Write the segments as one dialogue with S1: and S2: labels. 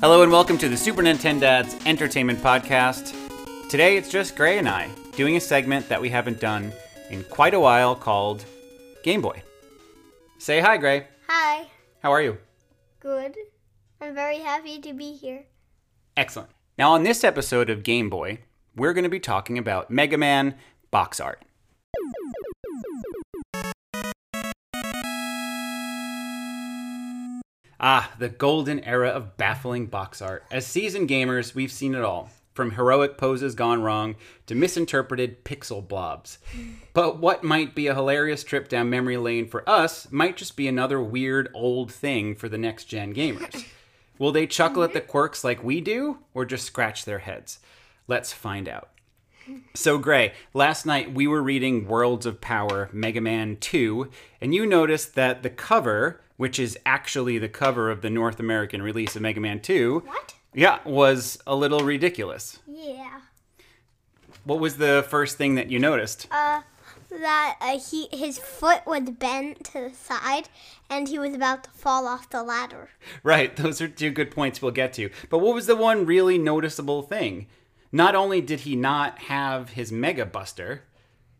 S1: Hello and welcome to the Super Nintendads Entertainment Podcast. Today it's just Gray and I doing a segment that we haven't done in quite a while called Game Boy. Say hi, Gray.
S2: Hi.
S1: How are you?
S2: Good. I'm very happy to be here.
S1: Excellent. Now, on this episode of Game Boy, we're going to be talking about Mega Man box art. Ah, the golden era of baffling box art. As seasoned gamers, we've seen it all from heroic poses gone wrong to misinterpreted pixel blobs. But what might be a hilarious trip down memory lane for us might just be another weird old thing for the next gen gamers. Will they chuckle at the quirks like we do, or just scratch their heads? Let's find out. So, Gray, last night we were reading Worlds of Power Mega Man 2, and you noticed that the cover, which is actually the cover of the North American release of Mega Man 2,
S2: What?
S1: yeah, was a little ridiculous.
S2: Yeah.
S1: What was the first thing that you noticed?
S2: Uh, that uh, he his foot was bent to the side, and he was about to fall off the ladder.
S1: Right, those are two good points we'll get to. But what was the one really noticeable thing? Not only did he not have his Mega Buster,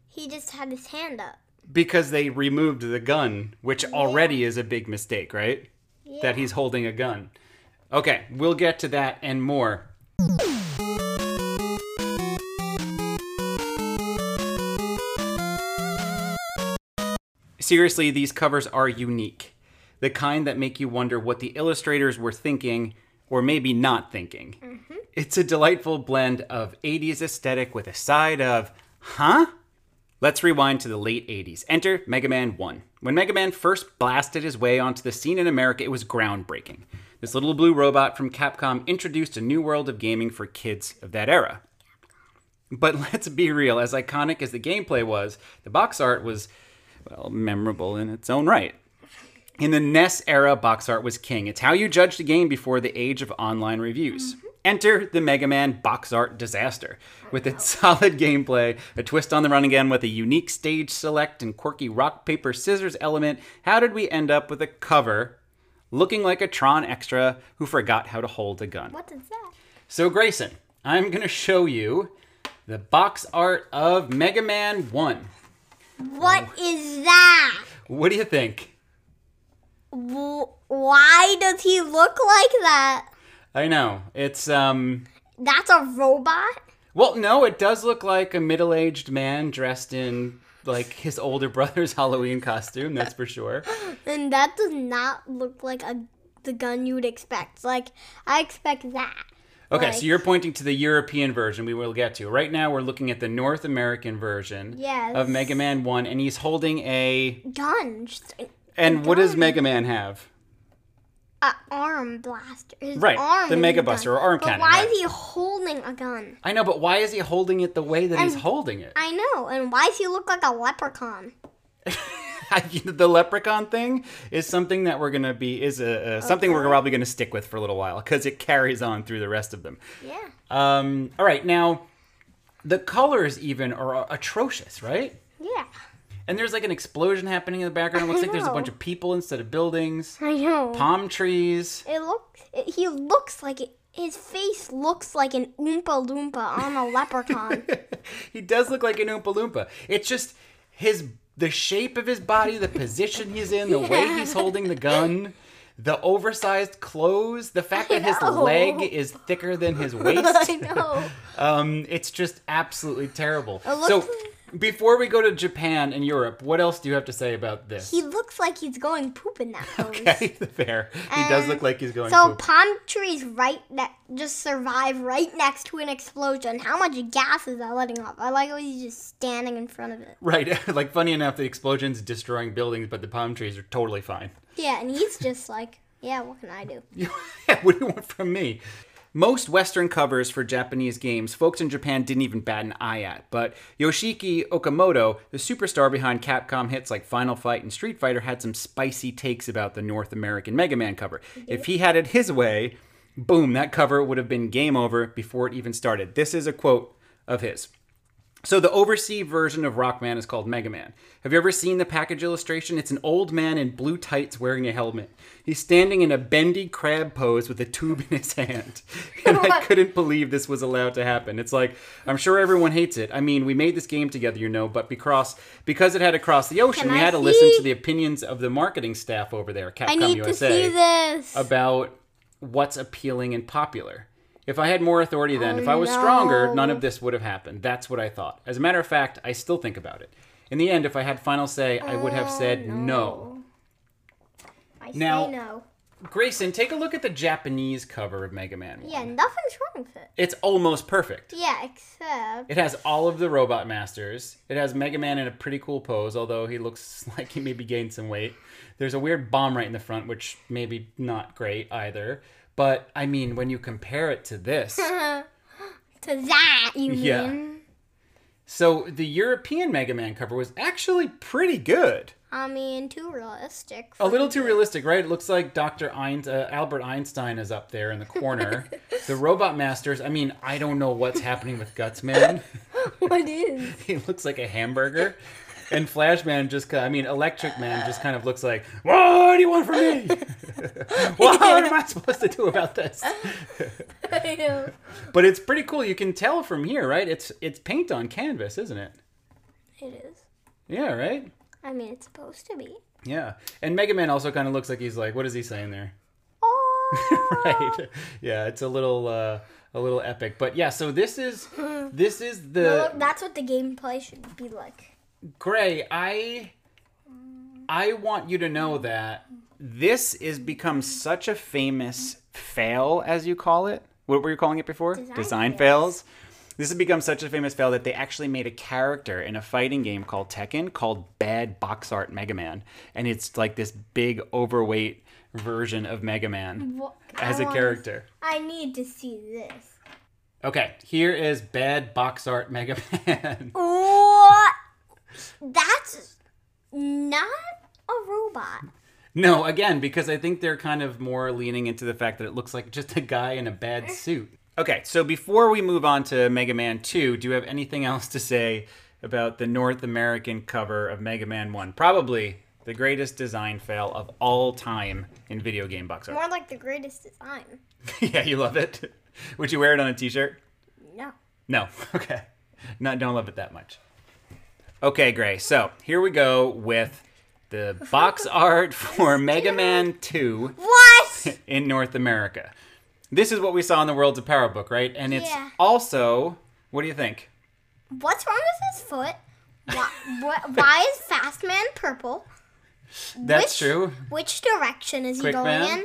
S2: He just had his hand up.
S1: because they removed the gun, which already is a big mistake, right?
S2: Yeah.
S1: That he's holding a gun. Okay, we'll get to that and more. Seriously, these covers are unique. The kind that make you wonder what the illustrators were thinking or maybe not thinking. It's a delightful blend of 80s aesthetic with a side of, huh? Let's rewind to the late 80s. Enter Mega Man 1. When Mega Man first blasted his way onto the scene in America, it was groundbreaking. This little blue robot from Capcom introduced a new world of gaming for kids of that era. But let's be real, as iconic as the gameplay was, the box art was, well, memorable in its own right. In the NES era, box art was king. It's how you judged a game before the age of online reviews. Enter the Mega Man box art disaster. With its solid gameplay, a twist on the run again with a unique stage select and quirky rock, paper, scissors element, how did we end up with a cover looking like a Tron extra who forgot how to hold a gun?
S2: What is that?
S1: So, Grayson, I'm going to show you the box art of Mega Man 1.
S2: What is that?
S1: What do you think?
S2: W- why does he look like that?
S1: I know. It's, um,
S2: That's a robot.
S1: Well, no, it does look like a middle-aged man dressed in like his older brother's Halloween costume. That's for sure.
S2: And that does not look like a the gun you'd expect. Like I expect that.
S1: Okay,
S2: Like-
S1: so you're pointing to the European version. We will get to right now. We're looking at the North American version
S2: Yes.
S1: of Mega Man One, and he's holding a.
S2: Gun, just a-
S1: And what does Mega Man have?
S2: a arm blaster. His
S1: Right,
S2: arm
S1: the
S2: is a
S1: Mega
S2: gun.
S1: Buster or arm
S2: but
S1: cannon,
S2: Why
S1: right.
S2: is he holding a gun?
S1: I know, but why is he holding it the way that he's
S2: And-
S1: holding it?
S2: I know, and why does he look like a leprechaun?
S1: the leprechaun thing is something that we're gonna be is a, a something we're probably gonna stick with for a little while because it carries on through the rest of them.
S2: Yeah.
S1: Um, all right, now the colors even are atrocious, right?
S2: Yeah.
S1: And there's like an explosion happening in the background. It looks like there's a
S2: know.
S1: bunch of people instead of buildings,
S2: I know.
S1: palm trees.
S2: it looks it, he looks like it, his face looks like an oompa loompa on a leprechaun.
S1: he does look like an Oompa Loompa. It's just his the shape of his body, the position he's in, the way he's holding the gun, the oversized clothes, the fact that his
S2: know.
S1: leg is thicker than his waist.
S2: I know.
S1: Um, it's just absolutely terrible.
S2: looks
S1: So,
S2: like-
S1: before we go to Japan and Europe, what else do you have to say about this?
S2: He looks like he's going poop in that pose.
S1: Okay, fair. He does look like he's going
S2: So
S1: poop.
S2: palm trees right ne- just survive right next to an explosion. How much gas is that letting off? I like how he's just standing in front of it.
S1: Right. like, funny enough, the explosion's destroying buildings, but the palm trees are totally fine.
S2: Yeah, and he's just like, yeah, what can I do?
S1: what do you want from me? Most Western covers for Japanese games, folks in Japan didn't even bat an eye at, but Yoshiki Okamoto, the superstar behind Capcom hits like Final Fight and Street Fighter, had some spicy takes about the North American Mega Man cover. If he had it his way, boom, that cover would have been game over before it even started. This is a quote of his. So the oversea version of Rockman is called Mega Man. Have you ever seen the package illustration? It's an old man in blue tights wearing a helmet. He's standing in a bendy crab pose with a tube in his hand. And I couldn't believe this was allowed to happen. It's like, I'm sure everyone hates it. I mean, we made this game together, you know, but because because it had to cross the ocean,
S2: Can
S1: we
S2: I
S1: had to listen
S2: see?
S1: to the opinions of the marketing staff over there, Capcom
S2: I need to
S1: USA
S2: see this.
S1: about what's appealing and popular. If I had more authority then, if I was stronger, none of this would have happened. That's what I thought. As a matter of fact, I still think about it. In the end, if I had final say, I would have said Oh, no.
S2: Oh, I
S1: Now-
S2: say no.
S1: Grayson, take a look at the Japanese cover of Mega Man 1.
S2: Yeah, nothing's wrong with it.
S1: It's almost perfect.
S2: Yeah, except
S1: It has all of the Robot Masters. It has Mega Man in a pretty cool pose, although he looks like he maybe gained some weight. There's a weird bomb right in the front, which maybe not great either. But I mean, when you compare it to this,
S2: to that you
S1: Yeah.
S2: mean.
S1: So the European Mega Man cover was actually pretty good.
S2: I mean, too realistic.
S1: A little too realistic, right? It looks like Dr. Einst- uh, Albert Einstein is up there in the corner. the Robot Masters, I mean, I don't know what's happening with Guts Man.
S2: what is?
S1: he looks like a hamburger. And Flash Man just, ki- I mean, Electric Man just kind of looks like, what do you want from me? what am I supposed to do about this?
S2: I know.
S1: But it's pretty cool. You can tell from here, right? It's it's paint on canvas, isn't it?
S2: It is.
S1: Yeah, right?
S2: I mean, it's supposed to be.
S1: Yeah. And Mega Man also kind of looks like he's like, what is he saying there?
S2: Oh.
S1: right. Yeah, it's a little uh a little epic. But yeah, so this is this is the
S2: Well, that's what the gameplay should be like.
S1: Gray, I I want you to know that this is become such a famous fail as you call it. What were you calling it before? Design, fails. This has become such a famous fail that they actually made a character in a fighting game called Tekken called Bad Box Art Mega Man. And it's like this big overweight version of Mega Man
S2: What,
S1: as
S2: I
S1: a
S2: wanna-
S1: character.
S2: I need to see this.
S1: Okay, here is bad box art Mega Man.
S2: What? That's not a robot.
S1: no, again, because I think they're kind of more leaning into the fact that it looks like just a guy in a bad suit. Okay, so before we move on to Mega Man 2, do you have anything else to say about the North American cover of Mega Man 1? Probably the greatest design fail of all time in video game box art.
S2: More like the greatest design.
S1: yeah, you love it? Would you wear it on a t shirt?
S2: No.
S1: No. Okay. Not don't love it that much. Okay, Gray. So here we go with the box art for Mega Man 2
S2: What?
S1: in North America. This is what we saw in the Worlds of Power book, right? And it's
S2: Yeah.
S1: also what do you think?
S2: What's wrong with his foot? Why, wh- why is Fast Man purple?
S1: That's
S2: Which-
S1: true.
S2: Which direction is he
S1: Quick
S2: going
S1: Man?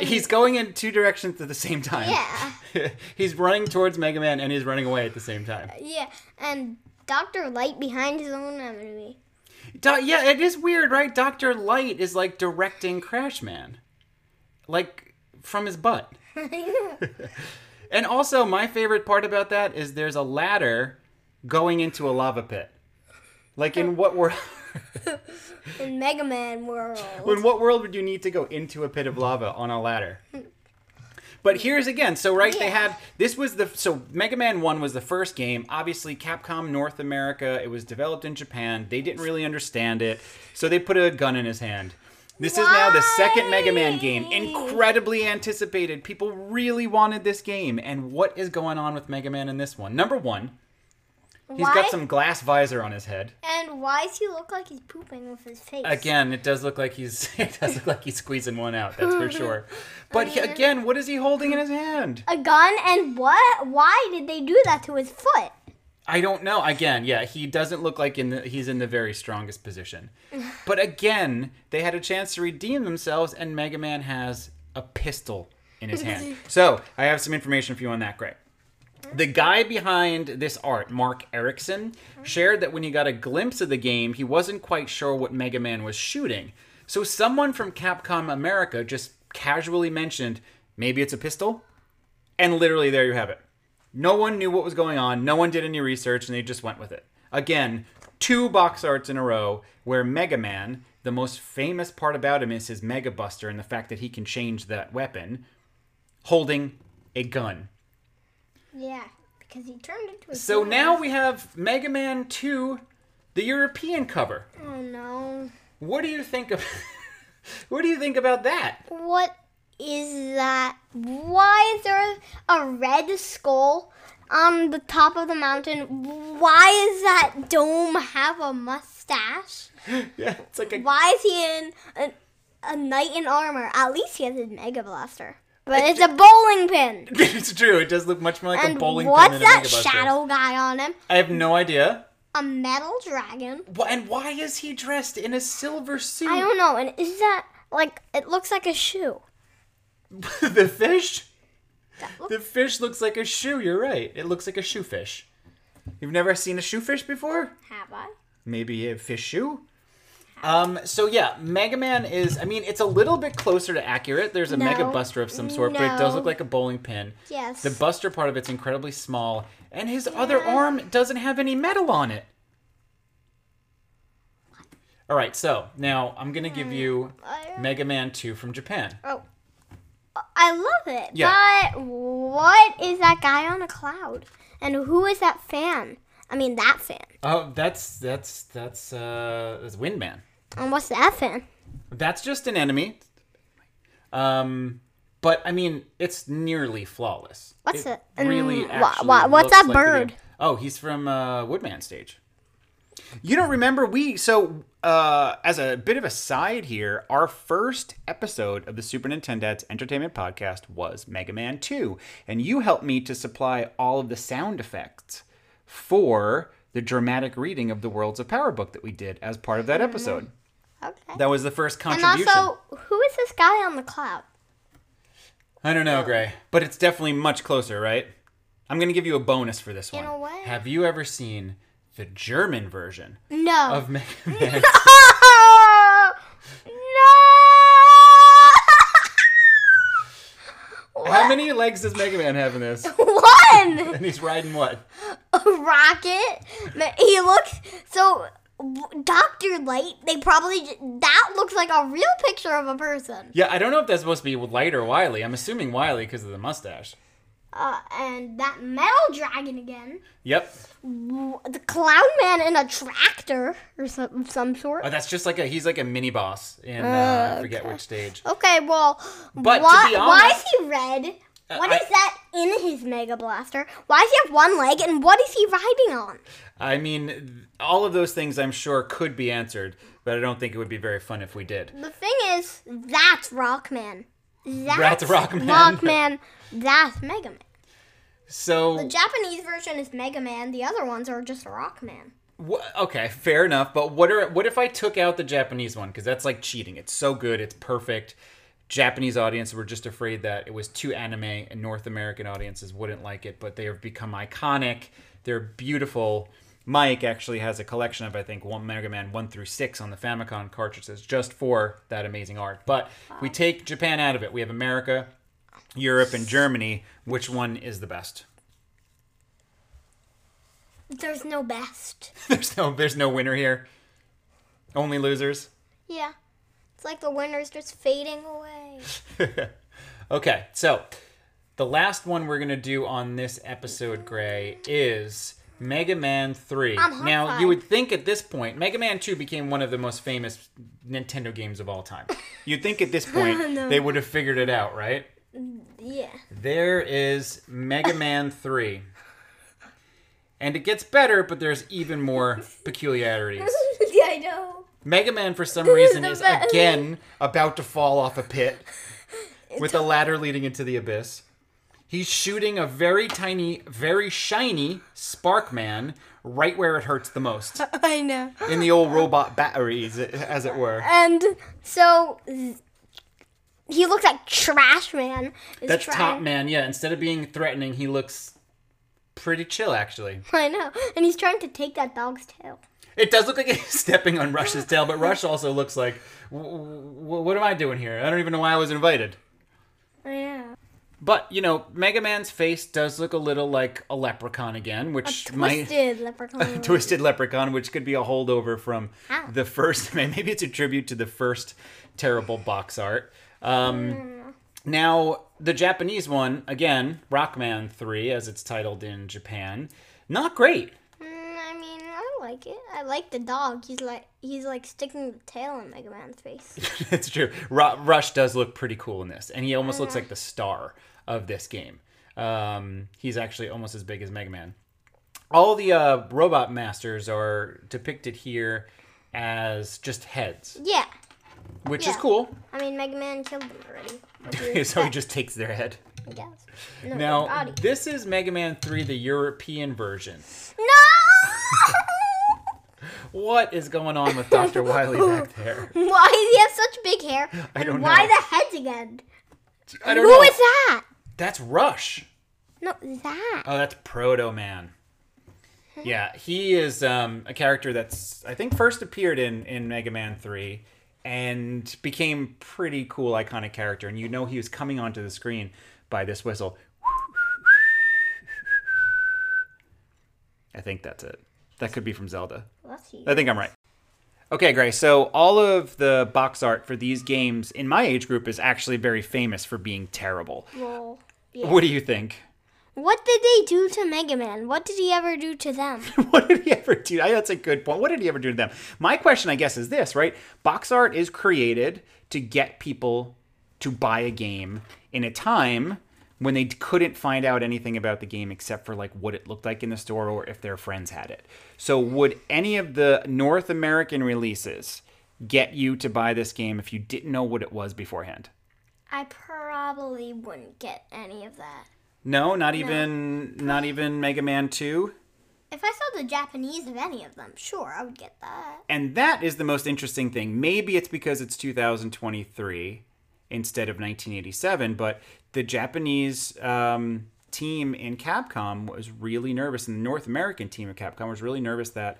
S2: in?
S1: He's going in two directions at the same time.
S2: Yeah. Uh,
S1: he's running towards Mega Man and he's running away at the same time.
S2: Yeah, and Doctor Light behind his own enemy.
S1: Do- yeah, it is weird, right? Dr. Light is like directing Crash Man. Like from his butt. And also, my favorite part about that is there's a ladder going into a lava pit. Like
S2: Oh.
S1: in what world?
S2: in Mega Man world.
S1: In what world would you need to go into a pit of lava on a ladder? But here's again. So right, they
S2: Yeah.
S1: had this was the so Mega Man One was the first game. Obviously, Capcom North America. It was developed in Japan. They didn't really understand it, so they put a gun in his hand. This is now the second Mega Man game.
S2: Why?
S1: Incredibly anticipated. People really wanted this game. And what is going on with Mega Man in this one? Number one, he's
S2: why?
S1: got some glass visor on his head.
S2: and why does he look like he's pooping with his face?
S1: Again, it does look like he's it does look like he's squeezing one out. That's for sure. But he- again, what is he holding in his hand?
S2: A gun and what? Why did they do that to his foot?
S1: I don't know. Again, yeah, he doesn't look like in the, he's in the very strongest position. But again, they had a chance to redeem themselves, and Mega Man has a pistol in his hand. So I have some information for you on that, Greg. The guy behind this art, Mark Erickson, shared that when he got a glimpse of the game, he wasn't quite sure what Mega Man was shooting. So someone from Capcom America just casually mentioned, maybe it's a pistol? And literally, there you have it. No one knew what was going on, no one did any research, and they just went with it. Again, two box arts in a row where Mega Man, the most famous part about him is his Mega Buster and the fact that he can change that weapon, holding a gun.
S2: Yeah. because he turned into a.
S1: So
S2: human.
S1: now we have Mega Man 2, the European cover.
S2: Oh no!
S1: What do you think of What do you think about that?
S2: What is that? Why is there a red skull on the top of the mountain? Why does that dome have a mustache?
S1: Yeah, it's like a
S2: Why is he in a, a knight in armor? At least he has a mega blaster. But it's a bowling pin.
S1: It's true. It does look much more like
S2: And
S1: a bowling
S2: what's
S1: pin than a
S2: that
S1: Mega Buster.
S2: shadow guy on him?
S1: I have no idea.
S2: A metal dragon.
S1: Wh- And why is he dressed in a silver suit?
S2: I don't know. And is that like it looks like a shoe?
S1: the fish?
S2: That looks,
S1: The fish looks like a shoe. You're right. It looks like a shoe fish. You've never seen a shoe fish before?
S2: have I?
S1: Maybe a fish shoe? Um, so yeah, Mega Man is I mean, it's a little bit closer to accurate. There's a
S2: No.
S1: Mega Buster of some sort, but it does
S2: No.
S1: look like a bowling pin.
S2: Yes.
S1: The buster part of it's incredibly small, and his other arm doesn't have any metal on it. All right, so now I'm gonna give you
S2: I-
S1: Mega Man 2 from Japan.
S2: oh, I love it.
S1: Yeah.
S2: But what is that guy on a cloud? And who is that fan? I mean that fan.
S1: Oh, that's that's that's uh, that's Windman.
S2: And what's that fan?
S1: That's just an enemy. Um, but I mean, it's nearly flawless.
S2: What's it?
S1: Really,
S2: Mm, wha-
S1: actually
S2: wha- what's
S1: looks
S2: that
S1: like the game.
S2: bird?
S1: Oh, he's from uh, Woodman stage. You don't remember we so uh, as a bit of a side here, our first episode of the Super Nintendo's Entertainment Podcast was Mega Man Two, and you helped me to supply all of the sound effects for the dramatic reading of the Worlds of Power book that we did as part of that episode.
S2: Okay.
S1: That was the first
S2: Mm-hmm. and
S1: contribution.
S2: also, who is this guy on the cloud?
S1: I don't know, Gray, but it's definitely much closer, right? I'm going to give you a bonus for this one.
S2: a way.
S1: Have you ever seen the German version
S2: No.
S1: of Mega Man?
S2: No!
S1: How many legs does Mega Man have in this?
S2: One!
S1: And he's riding what?
S2: A rocket. Ma- He looks so. Doctor Light. They probably j- that looks like a real picture of a person.
S1: Yeah, I don't know if that's supposed to be Light or Wily. I'm assuming Wily because of the mustache.
S2: Uh, and that metal dragon again.
S1: Yep.
S2: W- The clown man in a tractor or some some sort.
S1: Oh, that's just like a, he's like a mini boss in, uh, I forget which stage.
S2: Okay, well,
S1: But to
S2: why,
S1: be
S2: why
S1: honest- uh,
S2: is he red? What
S1: I-
S2: is that in his Mega Blaster? Why does he have one leg, and what is he riding on?
S1: I mean, th- all of those things I'm sure could be answered, but I don't think it would be very fun if we did.
S2: The thing is, that's Rockman. That's,
S1: Rockman.
S2: Rockman. That's Mega Man.
S1: So.
S2: The Japanese version is Mega Man. The other ones are just Rockman.
S1: Wha okay, fair enough. But what are what if I took out the Japanese one because that's like cheating. It's so good, it's perfect. Japanese audiences were just afraid that it was too anime, and North American audiences wouldn't like it. But they have become iconic. They're beautiful. Mike actually has a collection of I think one Mega Man one through six on the Famicom cartridges just for that amazing art. But we take Japan out of it. We have America, Europe, and Germany. Which one is the best?
S2: There's no best.
S1: There's no there's no winner here. Only losers.
S2: Yeah. It's like the winner's just fading away.
S1: Okay, so the last one we're gonna do on this episode, Gray, is Mega Man 3.
S2: I'm
S1: now
S2: horrified.
S1: you would think at this point, Mega Man 2 became one of the most famous Nintendo games of all time. You'd think at this point they would have figured it out, right?
S2: Yeah.
S1: There is Mega Man 3. And it gets better, but there's even more peculiarities.
S2: yeah, I know.
S1: Mega Man, for some reason,
S2: The
S1: is
S2: best.
S1: again about to fall off a pit with a ladder leading into the abyss. He's shooting a very tiny, very shiny Spark Man right where it hurts the most
S2: I know.
S1: in the old robot batteries, as it were.
S2: And so z- he looks like Trash Man. Is
S1: That's
S2: trying-
S1: Top Man, yeah. Instead of being threatening, he looks pretty chill, actually.
S2: I know. And he's trying to take that dog's tail.
S1: It does look like he's stepping on Rush's tail, but Rush also looks like, "W- w- what am I doing here? I don't even know why I was invited.
S2: I know.
S1: But you know, Mega Man's face does look a little like a leprechaun again, which might
S2: Twisted leprechaun.
S1: twisted leprechaun, which could be a holdover from
S2: Ow.
S1: the
S2: Hmm.
S1: first. Maybe it's a tribute to the first terrible box art. Um, Now, the Japanese one, again, Rockman 3, as it's titled in Japan, not great.
S2: Mm, I mean, I like it. I like the dog. He's like he's like sticking the tail in Mega Man's face.
S1: That's true. Ru- Rush does look pretty cool in this, and he almost looks like the star of this game. Um, he's actually almost as big as Mega Man. All the uh, robot masters are depicted here as just heads,
S2: yeah.
S1: which is
S2: Yeah.
S1: cool.
S2: I mean, Mega Man killed them already. What do you
S1: so he
S2: expect,
S1: just takes their head.
S2: I guess. No, their
S1: Now,
S2: body.
S1: this is Mega Man 3, the European version.
S2: No!
S1: What is going on with Dr. Wily back there?
S2: Why does he have such big hair?
S1: I don't
S2: And Why
S1: know.
S2: the heads again?
S1: I
S2: Who
S1: don't
S2: is
S1: know.
S2: that?
S1: That's Rush.
S2: No, that.
S1: Oh, that's Proto Man. Yeah, he is um, a character that's I think first appeared in in Mega Man Three, and became pretty cool iconic character. And you know he was coming onto the screen by this whistle. I think that's it. That could be from Zelda.
S2: Bless you.
S1: I think I'm right. Okay, Gray. So all of the box art for these games in my age group is actually very famous for being terrible.
S2: Well, yeah.
S1: What do you think?
S2: What did they do to Mega Man? What did he ever do to them?
S1: what did he ever do? I- That's a good point. What did he ever do to them? My question, I guess, is this, right? Box art is created to get people to buy a game in a time when they couldn't find out anything about the game except for like what it looked like in the store or if their friends had it. So would any of the North American releases get you to buy this game if you didn't know what it was beforehand?
S2: I probably wouldn't get any of that.
S1: No, not even not even Mega Man 2.
S2: If I saw the Japanese of any of them, sure, I would get that.
S1: And that is the most interesting thing. Maybe it's because it's 2023 instead of 1987, but the Japanese um, team in Capcom was really nervous, and the North American team of Capcom was really nervous that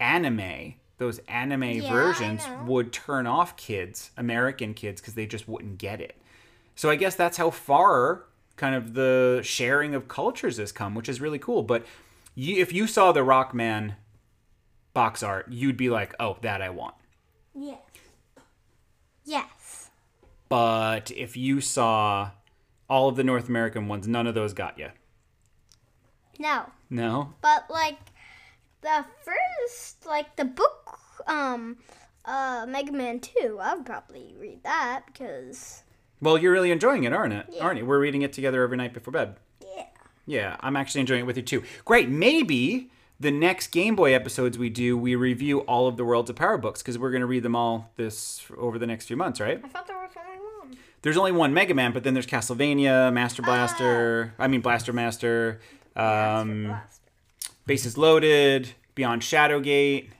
S1: anime, those anime
S2: I
S1: versions,
S2: know.
S1: would turn off kids, American kids, because they just wouldn't get it. So I guess that's how far kind of the sharing of cultures has come, which is really cool. But you, if you saw the Rockman box art, you'd be like, oh, that I want.
S2: Yes. Yes.
S1: But if you saw all of the North American ones, none of those got you.
S2: No.
S1: No?
S2: But like the first like the book um uh Mega Man 2, I would probably read that because
S1: Well, you're really enjoying it, aren't it? Aren't you? We're reading it together every night before bed.
S2: yeah.
S1: Yeah, I'm actually enjoying it with you too. Great. Maybe the next Game Boy episodes we do, we review all of the Worlds of Power books because we're going to read them all this over the next few months, right?
S2: I thought there was only one.
S1: There's only one Mega Man, but then there's Castlevania, Master Blaster, I mean Blaster Master, um, Bases Loaded, Beyond Shadowgate.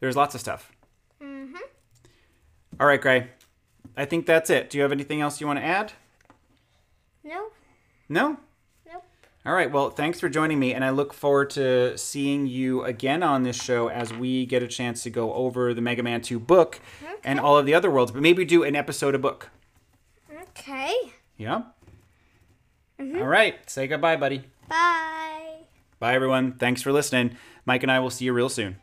S1: There's lots of stuff. All right, Gray. I think that's it. Do you have anything else you want to add?
S2: no.
S1: No?
S2: Nope.
S1: All right. Well, thanks for joining me, and I look forward to seeing you again on this show as we get a chance to go over the Mega Man 2 book and all of the other worlds, but maybe do an episode a book.
S2: Okay.
S1: Yeah? All right. Say goodbye, buddy.
S2: Bye.
S1: Bye, everyone. Thanks for listening. Mike and I will see you real soon.